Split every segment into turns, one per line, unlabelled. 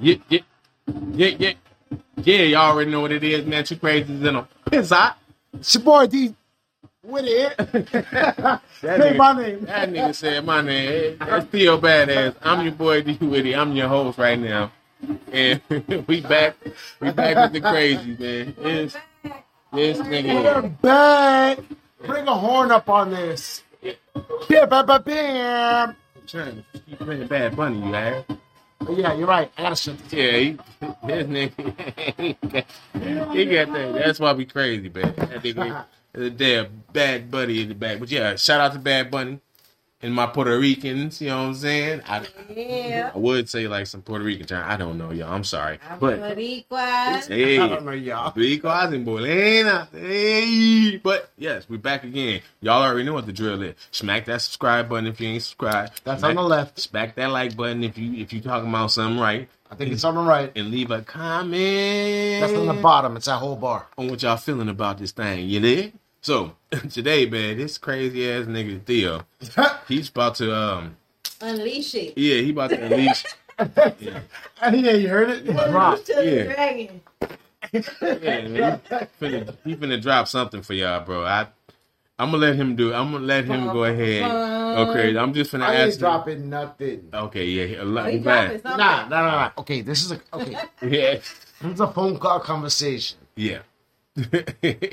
Yeah, yeah, yeah, yeah. Yeah, y'all already know what it is, man. Two crazies in a piss hot.
It's your boy D with it. Say
nigga-
my name.
That nigga said my name. eh, It's Theo Badass. I'm your boy D Witty. I'm your host right now. And we back. We back with the crazy, man. It's, this
We're
nigga.
back. Bring a horn up on this. Bam, bam, bam, bam.
I'm trying to keep playing Bad Bunny, you ass.
But yeah, you're right. I gotta shut this.
Yeah, he, this nigga, he got that. That's why we crazy, man. That nigga, the damn bad buddy in the back. But yeah, shout out to Bad Bunny and my Puerto Ricans. You know what I'm saying? I,
Yeah.
I would say like some Puerto Rican time. I don't know, y'all. I'm sorry,
I'm
but
Boricua.
I
hey,
don't know y'all.
because in Bolena, hey. But yes, we're back again. Y'all already know what the drill is. Smack that subscribe button if you ain't subscribed.
That's
Smack-
on the left.
Smack that like button if you if you talking about something right
I think it's on the right.
and leave a comment.
That's on the bottom. It's that whole bar.
On what y'all feeling about this thing, you dig? So today, man, this crazy ass nigga Theo, he's about to um,
Unleash it.
yeah, he about to unleash.
yeah, you heard it.
Unleash to
yeah.
the dragon.
yeah, man, he, finna, he finna drop something for y'all, bro. I I'm gonna let him do. it. I'm gonna let him go ahead. Okay, I'm just finna
I ain't
ask. him-
dropping nothing.
Okay, yeah, he- a
Oh,
lot. he
he
bad.
dropping
Nah,
something.
nah, nah, nah. Okay, this is a okay.
Yeah,
This is a phone call conversation.
yeah,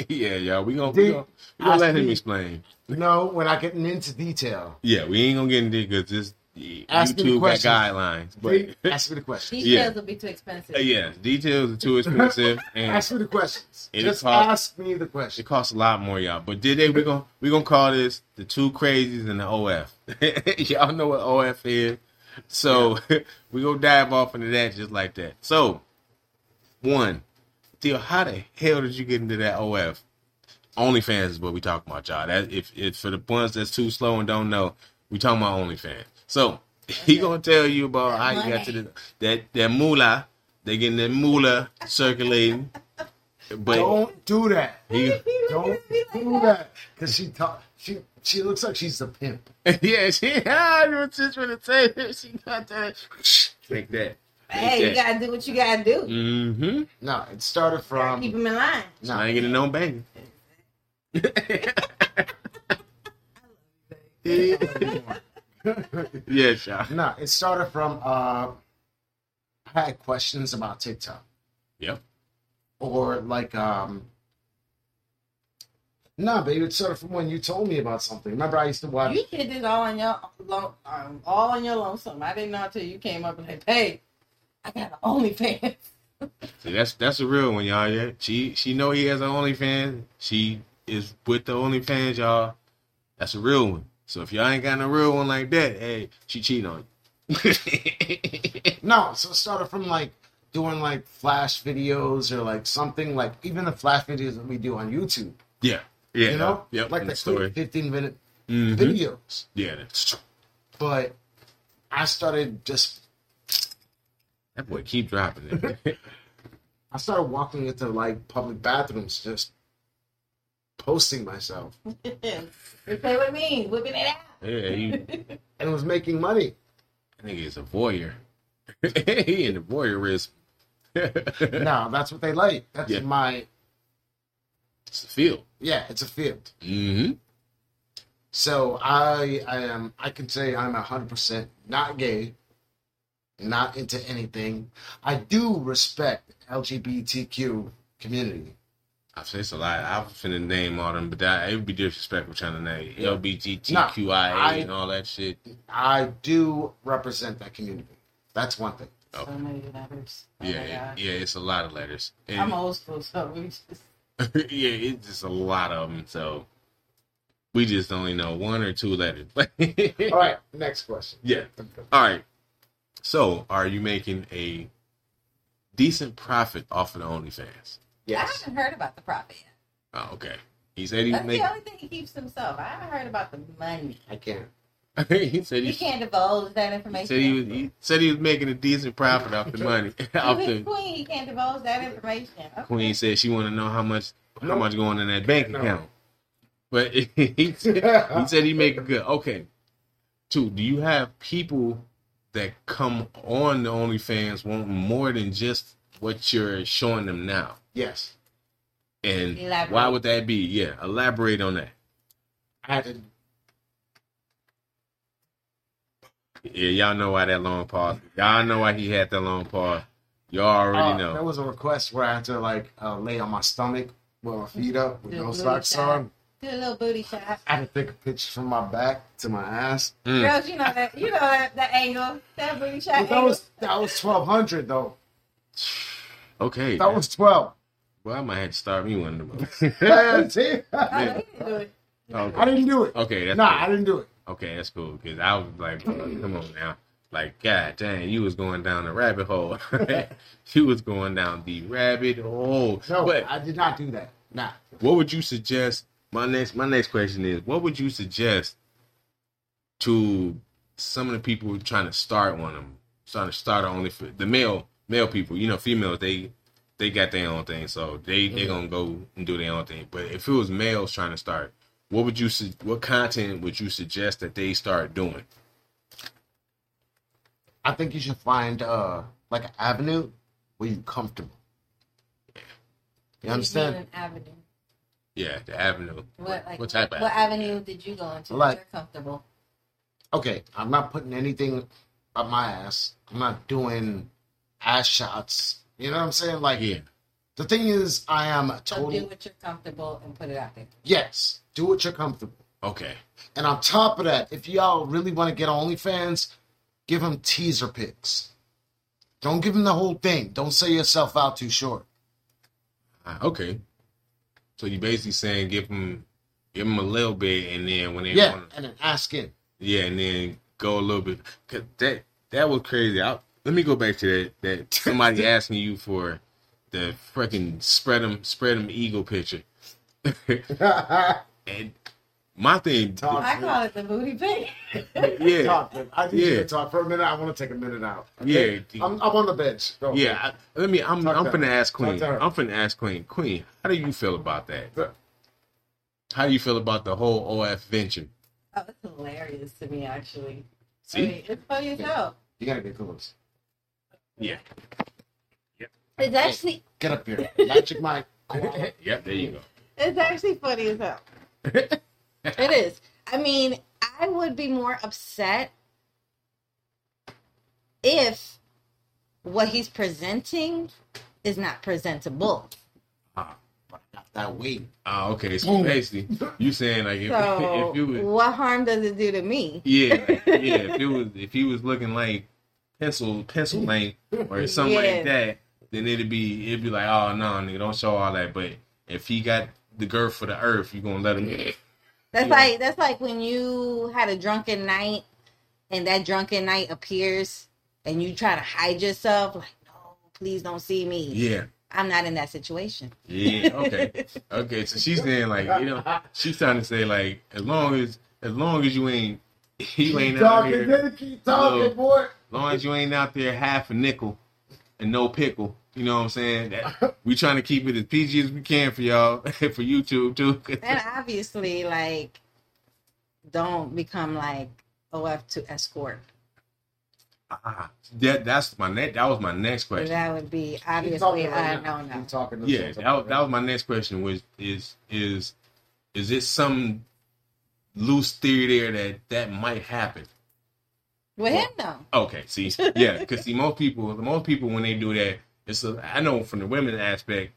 yeah, y'all. We gonna we
Dude,
gonna, we gonna
I
let him
see.
explain.
No, we're not getting into detail.
Yeah, we ain't gonna get into it because this yeah,
Ask me the
YouTube got
questions.
guidelines.
Please
But
ask me the question.
These
Yeah.
shells will be too expensive.
Uh, yeah, details are too expensive and
Ask me the questions.
It is
Just
hard.
ask me the question.
it costs a lot more, y'all. But today we're gonna we gonna call this the two crazies and the OF. y'all know what OF is. So we gonna dive off into that just like that. So one, Theo, how the hell did you get into that OF? OnlyFans is what we talking about, y'all. That if it's for the ones that's too slow and don't know, we talking about OnlyFans. So he gonna tell you about how you got to the that that moolah. They getting that moolah circulating, but
Don't do that.
he,
Don't do that. Cause she talk. She she looks like she's a pimp.
yeah, she. I was just gonna say that she got that like that.
Hey, you gotta do what you gotta do.
Mm-hmm.
No, it started
Mm.
Keep
from.
them in line.
So I ain't getting no bang. yes, y'all.
No, it started from. Uh, I had questions about TikTok
Yep.
or like um. No, babe, it started from when you told me about something. Remember, I used to watch.
You did this all on your lo- um, all on your lonesome. I didn't know until you came up and like, hey, I got an OnlyFans.
See, that's that's a real one, y'all. Yeah, she she know he has an OnlyFans. She is with the OnlyFans, y'all. That's a real one. So if y'all ain't got no real one like that, hey, she cheating on you.
No, so it started from like doing like flash videos or like something like even the flash videos that we do on YouTube.
yeah, yeah,
you know,
yep.
like
in
the
the story.
quick fifteen minute
Mhm.
videos.
Yeah, that's true.
But I started just
That boy keep dropping it.
I started walking into like public bathrooms just posting myself
you play with me, whipping it out.
yeah, you
and was making money.
nigga is a voyeur. he in the voyeurism. it's
Now that's what they like. That's
Yeah.
my
a field.
yeah, it's a field.
Mm-hmm.
So I I am I can say I'm hundred percent not gay, not into anything. I do respect LGBTQ community.
I say it's a lot. I was finna name all them, but that it would be disrespectful trying to name LBGTQIA
Nah, I-
and all that shit.
I do represent that community. That's one thing.
Oh.
So many letters. Oh my
Yeah, yeah,
God.
yeah, it's a lot of letters. And-
I'm old school, so we just
yeah, it's just a lot of them. So we just only know one or two letters. All
All right, next question.
Yeah. All right. So, are you making a decent profit off of the OnlyFans?
I haven't heard about the profit.
Oh, okay. He said he's
That's
making.
the only thing Uh, he keeps to himself. I haven't heard about the money.
I can't.
he said
He
he,
can't divulge that
he
information.
said he was. He said he was making a decent profit off the money. off
Who his
the
queen, he can't divulge that information. Okay.
queen said she want to know how much how
No.
much going in that bank
No.
account. But he said he said he make a good. Okay. Two. Do you have people that come on the OnlyFans want more than just what you're showing them now.
Yes.
And
Elaborate.
why would that be? Yeah, elaborate on that.
I had to
Yeah, y'all know why that long pause. Y'all know why he had that long pause. Y'all already
Uh,
know.
There was a request where I had to like uh, lay on my stomach with my feet up with
Yeah,
no
booty
socks
shot.
on.
Do a little booty shot.
I had to take a picture from my back to my ass.
Mm.
Girls, you know that. You know that, that angle. That booty shot.
But that
angle.
was that was twelve hundred though.
Okay.
That
man.
was twelve.
well, I might have to start me one of them.
Yeah, see?
Oh,
yeah.
you didn't do it.
okay.
I didn't do it.
okay, that's
nah,
cool.
I didn't do it.
okay, that's cool. Because I was like, come on now. Like, God dang, you was going down the rabbit hole. you was going down the rabbit hole.
No,
but
I did not do that. Nah.
what would you suggest? My next my next question is, what would you suggest to some of the people who trying to start on them, trying to start only for the male male people? You know, females they they got their own thing, so they
Mm-hmm.
they gonna go and do their own thing. But if it was males trying to start, what would you su- what content would you suggest that they start doing?
I think you should find uh like an avenue where you're comfortable. You
mean
understand?
An avenue.
Yeah, the avenue.
What like?
what type of
What avenue did you go into?
Like-
You're comfortable.
Okay, I'm not putting anything up my ass. I'm not doing ass shots. You know what I'm saying? Like
Yeah,
The thing is, I am a
So do
total
what you're comfortable and put it out there.
yes. Do what you're comfortable.
okay.
And on top of that, if y'all really want to get OnlyFans, give them teaser pics. Don't give them the whole thing. Don't sell yourself out too short.
Ah, okay. So you basically saying give them give them a little bit, and then when they
yeah,
want to
and then ask in.
Yeah, and then go a little bit. Cause that that was crazy. I, let me go back to that. That somebody asking you for the freaking spread them spread them eagle picture. and my thing,
Talk.
I call it the booty pig.
yeah,
Talk, man. I need you
Yeah.
to talk for a minute. I want to take a minute out.
Yeah.
I'm, I'm on the bench. Go.
yeah. I, let me. I'm
Talk
I'm
to her.
finna ask
Talk
Queen.
to her.
I'm finna ask Queen. Queen, how do you feel about that? How do you feel about the whole OF venture?
Oh, it's hilarious to me actually. I
See,
mean, it's funny as hell.
You gotta get close.
yeah,
It's actually
Get up here. Magic Mike. Koala.
yep. There you go.
it's actually funny as hell. it is. I mean, I would be more upset if what he's presenting is not presentable.
That weight.
Ah, okay. So
Boom.
basically, you saying like if,
So
if you would.
what harm does it do to me?
Yeah, like, yeah. If it was, if he was looking like pencil, pencil length or something
Yeah.
like that, then it'd be, it'd be like, oh no, nigga, don't show all that. But if he got the girl for the earth, you gonna let him?
That's
Yeah.
like that's like when you had a drunken night and that drunken night appears and you try to hide yourself like no please don't see me
Yeah,
i'm not in that situation
yeah. Okay, okay. So she's saying like, you know, she's trying to say like, as long as, as long as you ain't, you ain't out
talking,
here,
nigga, keep talking,
Little-
boy.
as long as you ain't out there half a nickel and no pickle. You know what I'm saying? That, we trying to keep it as PG as we can for y'all, for YouTube too.
and obviously like don't become like of to escort
Ah, that that's my next. That was my next question.
that would be
Keep
obviously
talking
a
right now.
no no
Keep talking to
yeah,
us.
that, was- that was my next question. Was is is is it some loose theory there that that might happen?
with him though
Okay, see, yeah, because see, most people, most people when they do that, it's a, I know from the women aspect,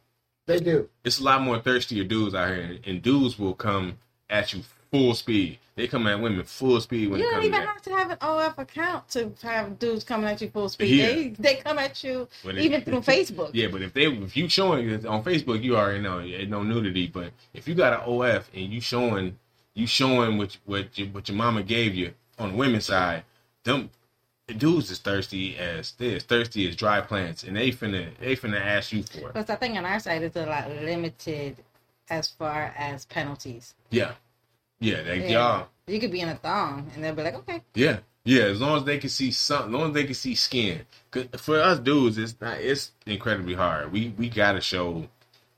They do.
it's a lot more thirstier dudes out here, and dudes will come at you full speed. They come at women full speed when
you
it
don't
comes to
even
that.
have to have an OF account to have dudes coming at you full speed.
Yeah.
They they come at you
When it-
even through Facebook.
Yeah, but if they if you showing it on Facebook, you already know it no nudity. But if you got an OF and you showing you showing what what your, what your mama gave you on the women's side, them the dudes is thirsty as they as thirsty as dry plants, and they finna they finna ask you for it.
Plus, I think on our side it's a lot limited as far as penalties.
Yeah, yeah, like y'all,
You could be in a thong and they'll be like, okay.
yeah, yeah. As long as they can see something, as long as they can see skin. 'Cause for us dudes, it's not it's incredibly hard. We we gotta show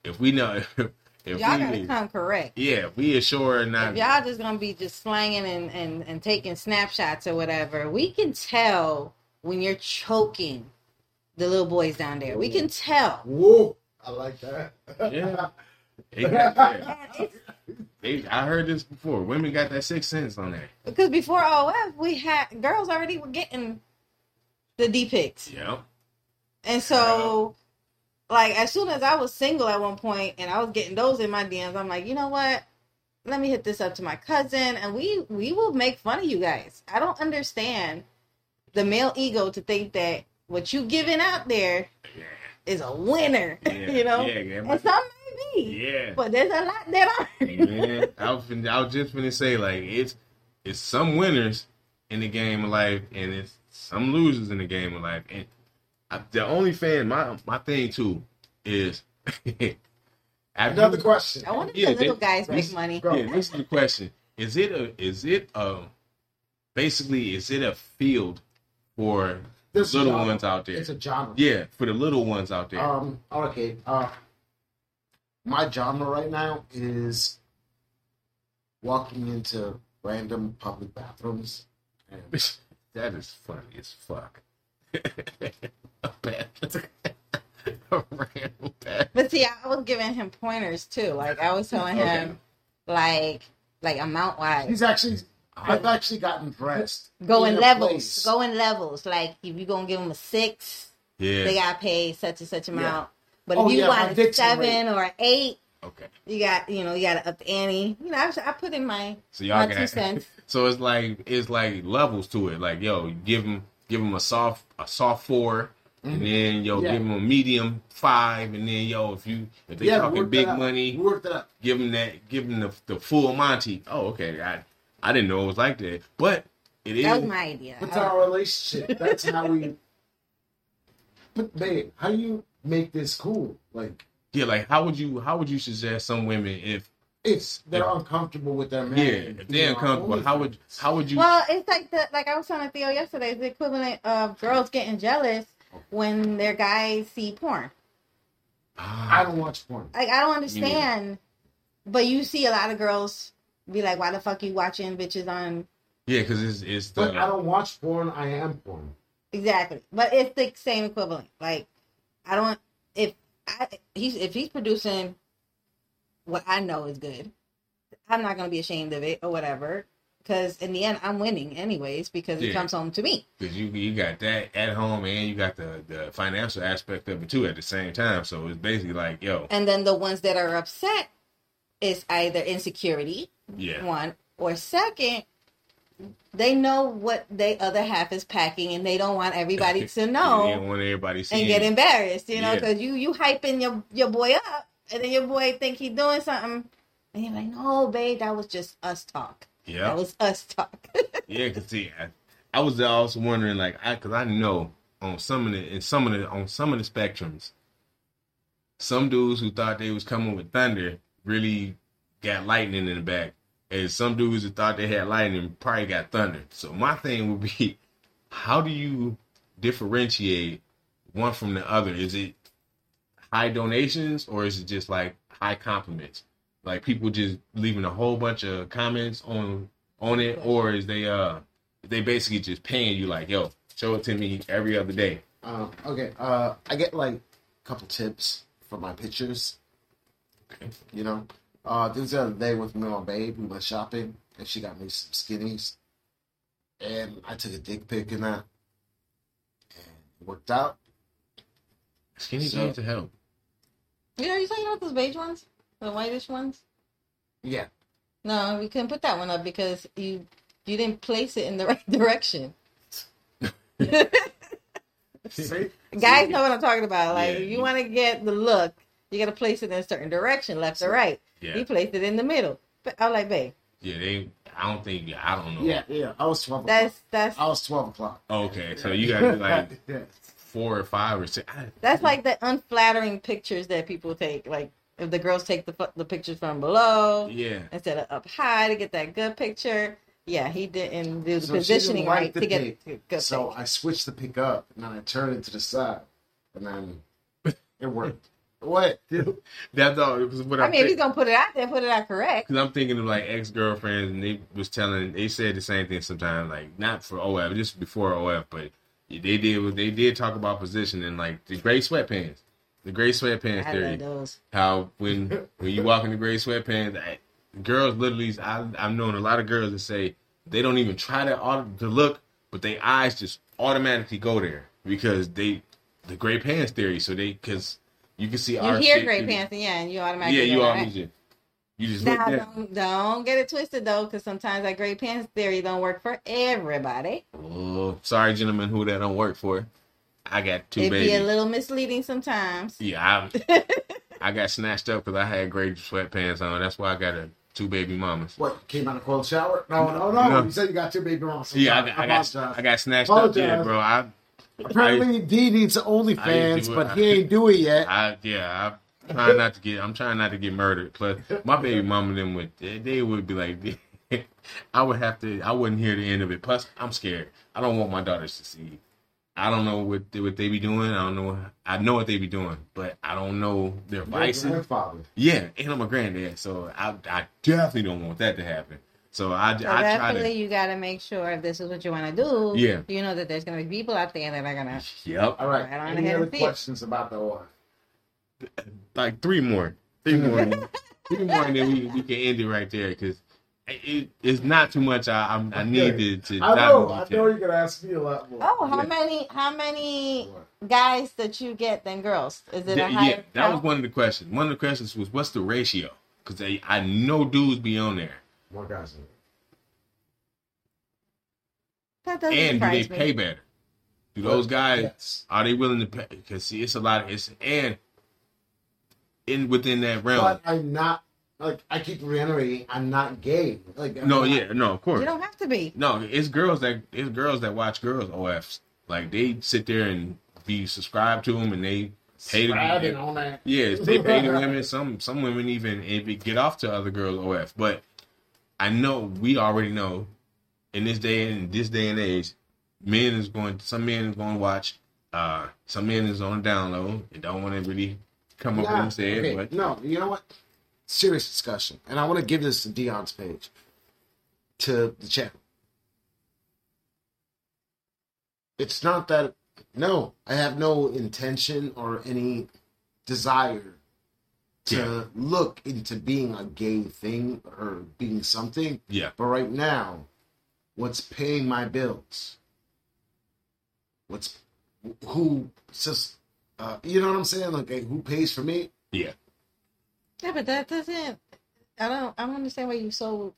if we know if
Y'all
we
gotta come correct.
yeah if we assure not
If y'all just gonna be just slanging and, and, and taking snapshots or whatever, we can tell when you're choking the little boys down there. We can tell.
Whoa, I like that.
Yeah. They got that.
And it's
They, I heard this before. Women got that sixth sense on there.
because before OF, we had girls already were getting the D pics.
Yep.
And so, like, as soon as I was single at one point and I was getting those in my DMs, I'm like, you know what? Let me hit this up to my cousin, and we we will make fun of you guys. I don't understand the male ego to think that what you giving out there
Yeah.
is a winner.
Yeah.
you know,
Yeah. Yeah.
and some may be,
yeah.
but there's a lot that aren't.
Man, I was, fin- I was just gonna say like it's it's some winners in the game of life and it's some losers in the game of life and I, the only fan my my thing too is after
Another question.
I wonder if
Yeah,
the little
they-
guys make
these-
money.
Bro.
Yeah, this is the question. Is it a is it a basically is it a field for the
This
little
genre.
ones out there?
It's a genre.
Yeah, for the little ones out there.
Um. Okay. Uh. My genre right now is walking into random public bathrooms. And
that is funny as fuck. a bath- a random bath.
But see, I was giving him pointers too. Like I was telling him, like like amount wise.
he's actually. I've actually gotten dressed.
Go in
a
levels.
place.
Go in levels. Like if you're gonna give them a six, they
Yeah.
gotta pay such and such amount. But
Oh,
if you
yeah, my
want a
addiction
seven or an eight,
Okay.
you got you know you gotta up the ante. You know, I, I put in my
So y'all
my two
got
cents.
So it's like it's like levels to it. Like yo, give them give them a soft a soft 4 and then yo
Yeah.
give them a medium five, and then yo if you if they
yeah,
talking
work
big
that out.
money,
Work that up.
give them that give them the, the full Monty. Oh okay, I I didn't know it was like that, but it is.
That was my idea.
What's
I-
our relationship? That's how we. But babe, how do you make this cool? Like
yeah, like how would you how would you suggest some women if
if they're
Yeah.
uncomfortable with their man.
yeah if
you
they're
know,
uncomfortable how would how would you
Well, it's like the like I was telling Theo yesterday. It's the equivalent of girls getting jealous when their guys see porn.
I
Ah,
don't watch porn.
Like I don't
neither.
understand, but you see a lot of girls be like, "Why the fuck you watching bitches on?"
yeah because it's it's the
But I don't watch porn. I am porn.
Exactly, but it's the same equivalent. Like I don't if I he's if he's producing what I know is good, I'm not gonna be ashamed of it or whatever. Because in the end, I'm winning anyways because it
Yeah.
comes home to me.
Cause you you got that at home and you got the, the financial aspect of it too at the same time. So it's basically like, yo,
And then the ones that are upset is either insecurity
yeah,
one or second they know what they other half is packing and they don't want everybody to
you didn't
know
want everybody
and
seeing.
get
it.
embarrassed you know
Yeah.
because you you hyping your your boy up and then your boy think he doing something and you're like no babe that was just us talk that
yeah,
was us talk
yeah. Cause see, I, I was also wondering like, I cause I know on some of the in some of the on some of the spectrums, some dudes who thought they was coming with thunder really got lightning in the back, and some dudes who thought they had lightning probably got thunder. So my thing would be, how do you differentiate one from the other? Is it high donations or is it just like high compliments? Like people just leaving a whole bunch of comments on on it, or is they uh they basically just paying you like, yo, show it to me every other day.
Um, okay. Uh, I get like a couple tips for my pictures. You know, uh, there was the other day with me and my babe. We went shopping, and she got me some skinnies, and I took a dick pic in that, and it worked out.
Skinny
So-
jeans to help.
you know you talking about those beige ones the whitish ones
Yeah.
no we couldn't put that one up because you you didn't place it in the right direction
See?
Guys know what I'm talking about. Like,
Yeah.
if you want to get the look, you got to place it in a certain direction, left or right.
Yeah.
He placed it in the middle. But I'm like, babe,
Yeah, they. I don't think. I don't know.
Yeah, yeah. I was twelve.
that's
o'clock.
that's
I was twelve o'clock.
Okay, so you gotta do like
Yeah.
four or five or six. I,
Mm-hmm.
that's like the unflattering pictures that people take. Like, if the girls take the fu- the pictures from below
yeah,
instead of up high to get that good picture. Yeah, he didn't do the
So she didn't
positioning
like
right
the
to get
pic.
the good
so
picture.
I switched the pick up, and then I turned it to the side, and then it worked. What?
that's all. Because what
I
I'm
mean, if
thi-
he's gonna put it out there, put it out correct.
Cause I'm thinking of like ex girlfriends, and they was telling, they said the same thing sometimes, like not for OF, just before OF, but They did. what- They did talk about positioning, like the gray sweatpants, the gray sweatpants
I
theory.
love those.
How when when you walk in the gray sweatpants, I, girls literally. I, I've known a lot of girls that say they don't even try to auto- to look, but their eyes just automatically go there because they the gray pants theory. So they because you can see
You
our
hear
shit
gray
through-
pants, and yeah, and you automatically.
Yeah, you
go,
all
right?
need you. You just look
Now,
there.
don't, don't get it twisted though, because sometimes that gray pants theory don't work for everybody.
Oh, sorry, gentlemen, who that don't work for. I got two
It'd be
babies.
a little misleading sometimes.
yeah, I, I got snatched up because I had gray sweatpants on. That's why I got a two baby mamas.
What, you came out of cold shower? No, no, no.
No.
You said you got two baby mamas.
Yeah, I, got- I got
apologize.
I got snatched up. Yeah,
Apologize.
bro. I
Apparently, D needs
I
OnlyFans,
do it.
but he ain't do it yet.
I yeah. I, am trying not to get. I'm trying not to get murdered. Plus, my baby mama them would. They, they would be like. I would have to. I wouldn't hear the end of it. Plus, I'm scared. I don't want my daughters to see. I don't know what they, what they be doing. I don't know. I know what they be doing, but I don't know their
Your
vices.
grandfather.
Yeah, and I'm a granddad, so I, I definitely don't want that to happen. So I,
So
I try
definitely,
to.
you got to make sure if this is what you want to do.
Yeah.
You know that there's gonna be people out there that are gonna.
Yep,
All right.
Right on
Any
ahead
other
and see it.
questions about the OF?
like three more, three more, three more, and then we, we can end it right there because it, it's not too much. I I'm, I need to, to
I know. I
not
know you're gonna ask me a lot more.
Oh, how
Yeah.
many? How many guys that you get than girls? Is it a
Th-
higher?
yeah, that was
count?
one of the questions. One of the questions was what's the ratio? Because I know dudes be on there,
More guys.
That doesn't
and do they
surprise
pay
me.
better? Do those guys
Yes.
are they willing to pay? Because see, it's a lot. Of, it's and in within that realm.
But I'm not. Like I keep reiterating, I'm not gay. Like I'm
no,
not-
yeah, no, of course.
You don't have to be.
No, it's girls that it's girls that watch girls OFs. Like they sit there and be subscribed to them, and they pay the
Grabbing on that.
Yes, they pay the women. Some some women even if it get off to other girls OF. But I know we already know in this day in this day and age, men is going some men is going to watch. Uh, some men is on download and don't want to really come up with
Nah,
and say
okay,
it. But
No, you know what? Serious discussion, and I want to give this to Dion's page, to the channel. It's not that. No, I have no intention or any desire to
Yeah.
look into being a gay thing or being something.
yeah,
But right now, what's paying my bills? What's who? Just uh, you know what I'm saying? Like hey, who pays for me?
yeah,
Yeah, but that doesn't. I don't. I don't understand why you so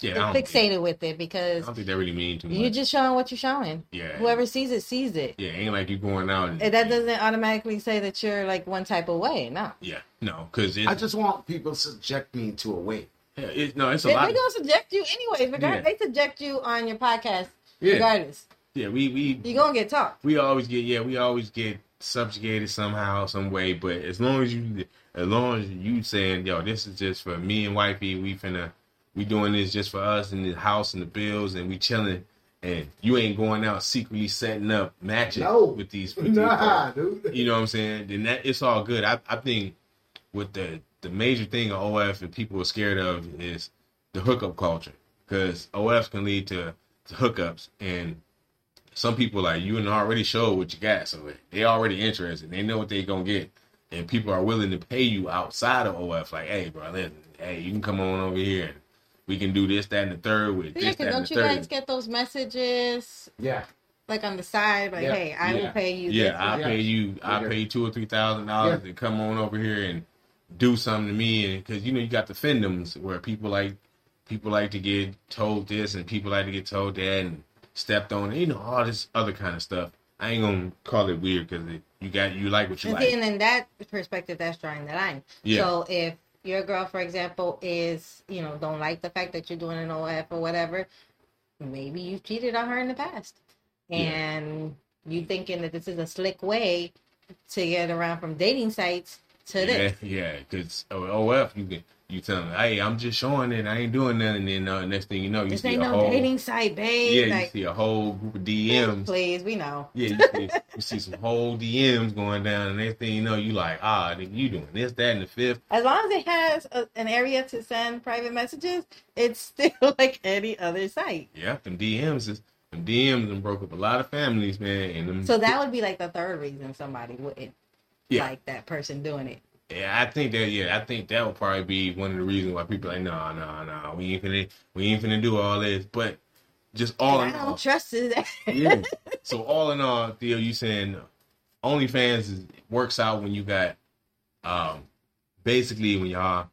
yeah. I don't, think,
fixated with it
I
because
don't think that really mean too much.
you're just showing what you're showing.
yeah,
Whoever sees it sees it.
Yeah, ain't like you going out. And,
And That doesn't automatically say that you're like one type of way. No.
Yeah, no, because it's,
I just want people to subject me to a weight.
yeah, it, no, it's a
They,
lot.
are
of-
gonna subject you anyways. Regardless,
Yeah.
they subject you on your podcast.
yeah,
Regardless,
yeah, we we
you're gonna get talked.
we always get yeah, we always get subjugated somehow, some way. But as long as you, as long as you saying yo, this is just for me and wifey, we finna we doing this just for us and the house and the bills and we chilling. And you ain't going out secretly setting up matches
No.
with these. With these folks.
dude.
You know what I'm saying? Then that it's all good. I, I think what the the major thing of OF and people are scared of is the hookup culture because OF can lead to, to hookups and some people like you and already showed what you got, so they already interested. They know what they gonna get, and people are willing to pay you outside of OF. Like, hey, bro, listen, hey, you can come on over here. and We can do this, that, and the third with
Yeah,
this,
because
that, and
don't
the
you
third.
guys get those messages
Yeah.
like on the side, like,
Yeah.
"Hey, I will
Yeah.
pay you."
Yeah,
this
I
much.
pay you. I
Yeah.
pay you two or three thousand dollars to come on over here and do something to me, and because you know you got the fandoms where people like people like to get told this and people like to get told that and stepped on, and you know all this other kind of stuff. I ain't gonna call it weird because you got you like what you
And,
like.
see, and in that perspective, that's drawing the line.
Yeah.
So if your girl, for example, is you know don't like the fact that you're doing an OF or whatever, maybe you've cheated on her in the past,
Yeah.
and you thinking that this is a slick way to get around from dating sites to
yeah,
this.
yeah, because OF you can you tell them, hey, I'm just showing it, I ain't doing nothing. And then uh, next thing you know, you
This
see
ain't
a
no
whole
dating site,
yeah,
babe.
you
like,
see a whole group of DMs.
please, we know.
Yeah, you see, you see some whole DMs going down, and next thing you know, you like, ah, nigga, you doing this, that, and the fifth.
As long as it has a, an area to send private messages, it's still like any other site.
Yeah, them DMs is Them DMs and broke up a lot of families, man. And them,
So that would be like the third reason somebody
Mm.
wouldn't
Yeah.
like that person doing it.
yeah, I think that yeah, I think that would probably be one of the reasons why people like, nah, nah, nah, we ain't finna we ain't finna do all this. But just all
And
in
I
all,
don't trust it.
yeah. So all in all, Theo, you saying OnlyFans is, works out when you got, um, basically when y'all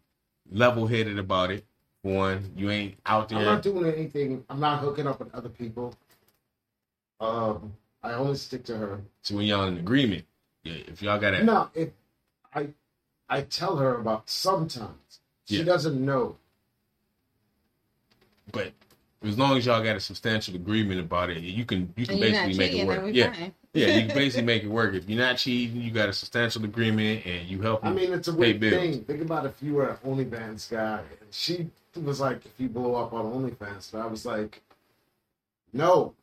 level headed about it. For one, you ain't out
I'm
there.
not doing anything. I'm not hooking up with other people. Um, I only stick to her.
So when y'all in agreement, yeah, if y'all got that,
No, if I I tell her about sometimes. She
Yeah.
doesn't know.
but as long as y'all got a substantial agreement about it, you can you can
and you're not
basically make it
cheating,
work.
then we
Yeah,
fine.
yeah, you can basically make it work. If you're not cheating, you got a substantial agreement and you help.
I mean, it's a
Pay
weird
bills.
thing. Think about if you were an OnlyFans guy. and She was like, if you blow up on OnlyFans. But I was like, no,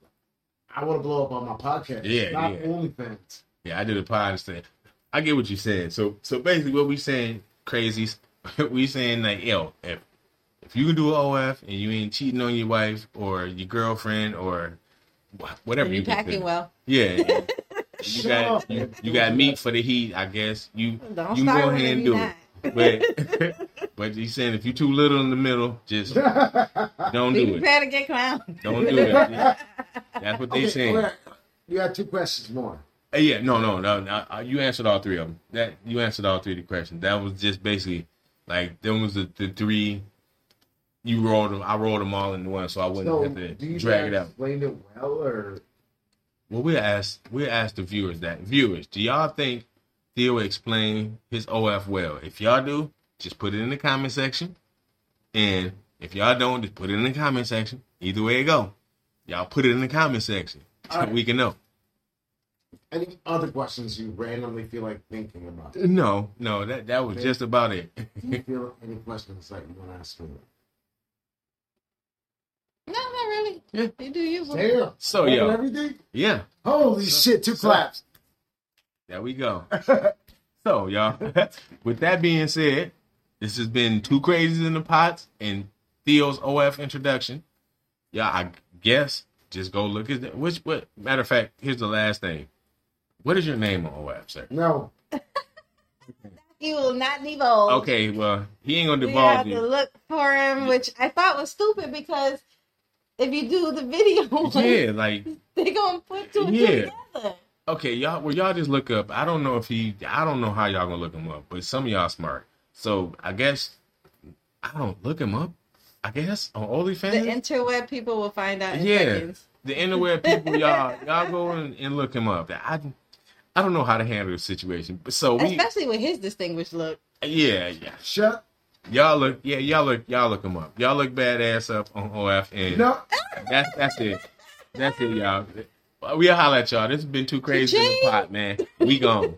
I want to blow up on my podcast.
Yeah,
not
yeah.
OnlyFans.
Yeah, I did a pod and stuff. I get what you're saying. So so basically what we saying, crazies, we saying like, yo, if if you can do an OF and you ain't cheating on your wife or your girlfriend or wha- whatever
And you
can
packing
think.
well.
Yeah. and you
Shut
got
up,
you,
man.
you got meat for the heat, I guess. You
Don't
you
start
go
with
ahead and
it.
do
you
it.
not.
But but you saying if you too little in the middle, just don't
Be
do it.
prepared to get clowned.
Don't do it. Yeah. That's what they
Okay,
saying.
alright. You had two questions more.
Uh, Yeah, no, no, no, no. uh, You answered all three of them. That you answered all three of the questions. That was just basically like them was the, the three. You rolled them. I rolled them all into one, so I wouldn't
So,
have
do you
to drag
guys
it out.
explain it well, or
Well, we asked we asked the viewers that viewers, do y'all think Theo explained his OF well? If y'all do, just put it in the comment section, and if y'all don't, just put it in the comment section. Either way it go, y'all put it in the comment section so
All right.
we can know.
any other questions you randomly feel like thinking about?
No, no, that that was
Okay.
just about it.
Do you feel any questions that you want to ask me?
No, not really.
Yeah.
You do you. boo.
Damn.
So,
Covered
yo.
Everything?
Yeah.
Holy shit, two
so-
claps.
There we go. so, y'all, with that being said, this has been Two Crazies in the Pots and Theo's OF introduction. Y'all, I guess just go look at that. Which, what, matter of fact, here's the last thing. What is your name on OF, sir?
No.
He will not divulge.
Okay, well, he ain't gonna
We had
divulge
to
you.
look for him, which I thought was stupid because if you do the video,
Yeah, like,
they're gonna put two and two
Yeah.
together.
okay, y'all, well, y'all just look up. I don't know if he, I don't know how y'all gonna look him up, but some of y'all smart. So, I guess, I don't look him up, I guess, on OnlyFans.
The interweb people will find out in
Mm-hmm. Yeah.
seconds.
the interweb people, y'all, y'all go and, and look him up. I, I don't know how to handle the situation, but so we,
Especially with his distinguished look.
yeah, yeah,
Shut.
y'all look, yeah, y'all look, y'all look him up. Y'all look badass up on OF, and
No.
that's that's it, that's it, y'all. We'll holler at y'all. This has been too crazy in the pot, man. We gone.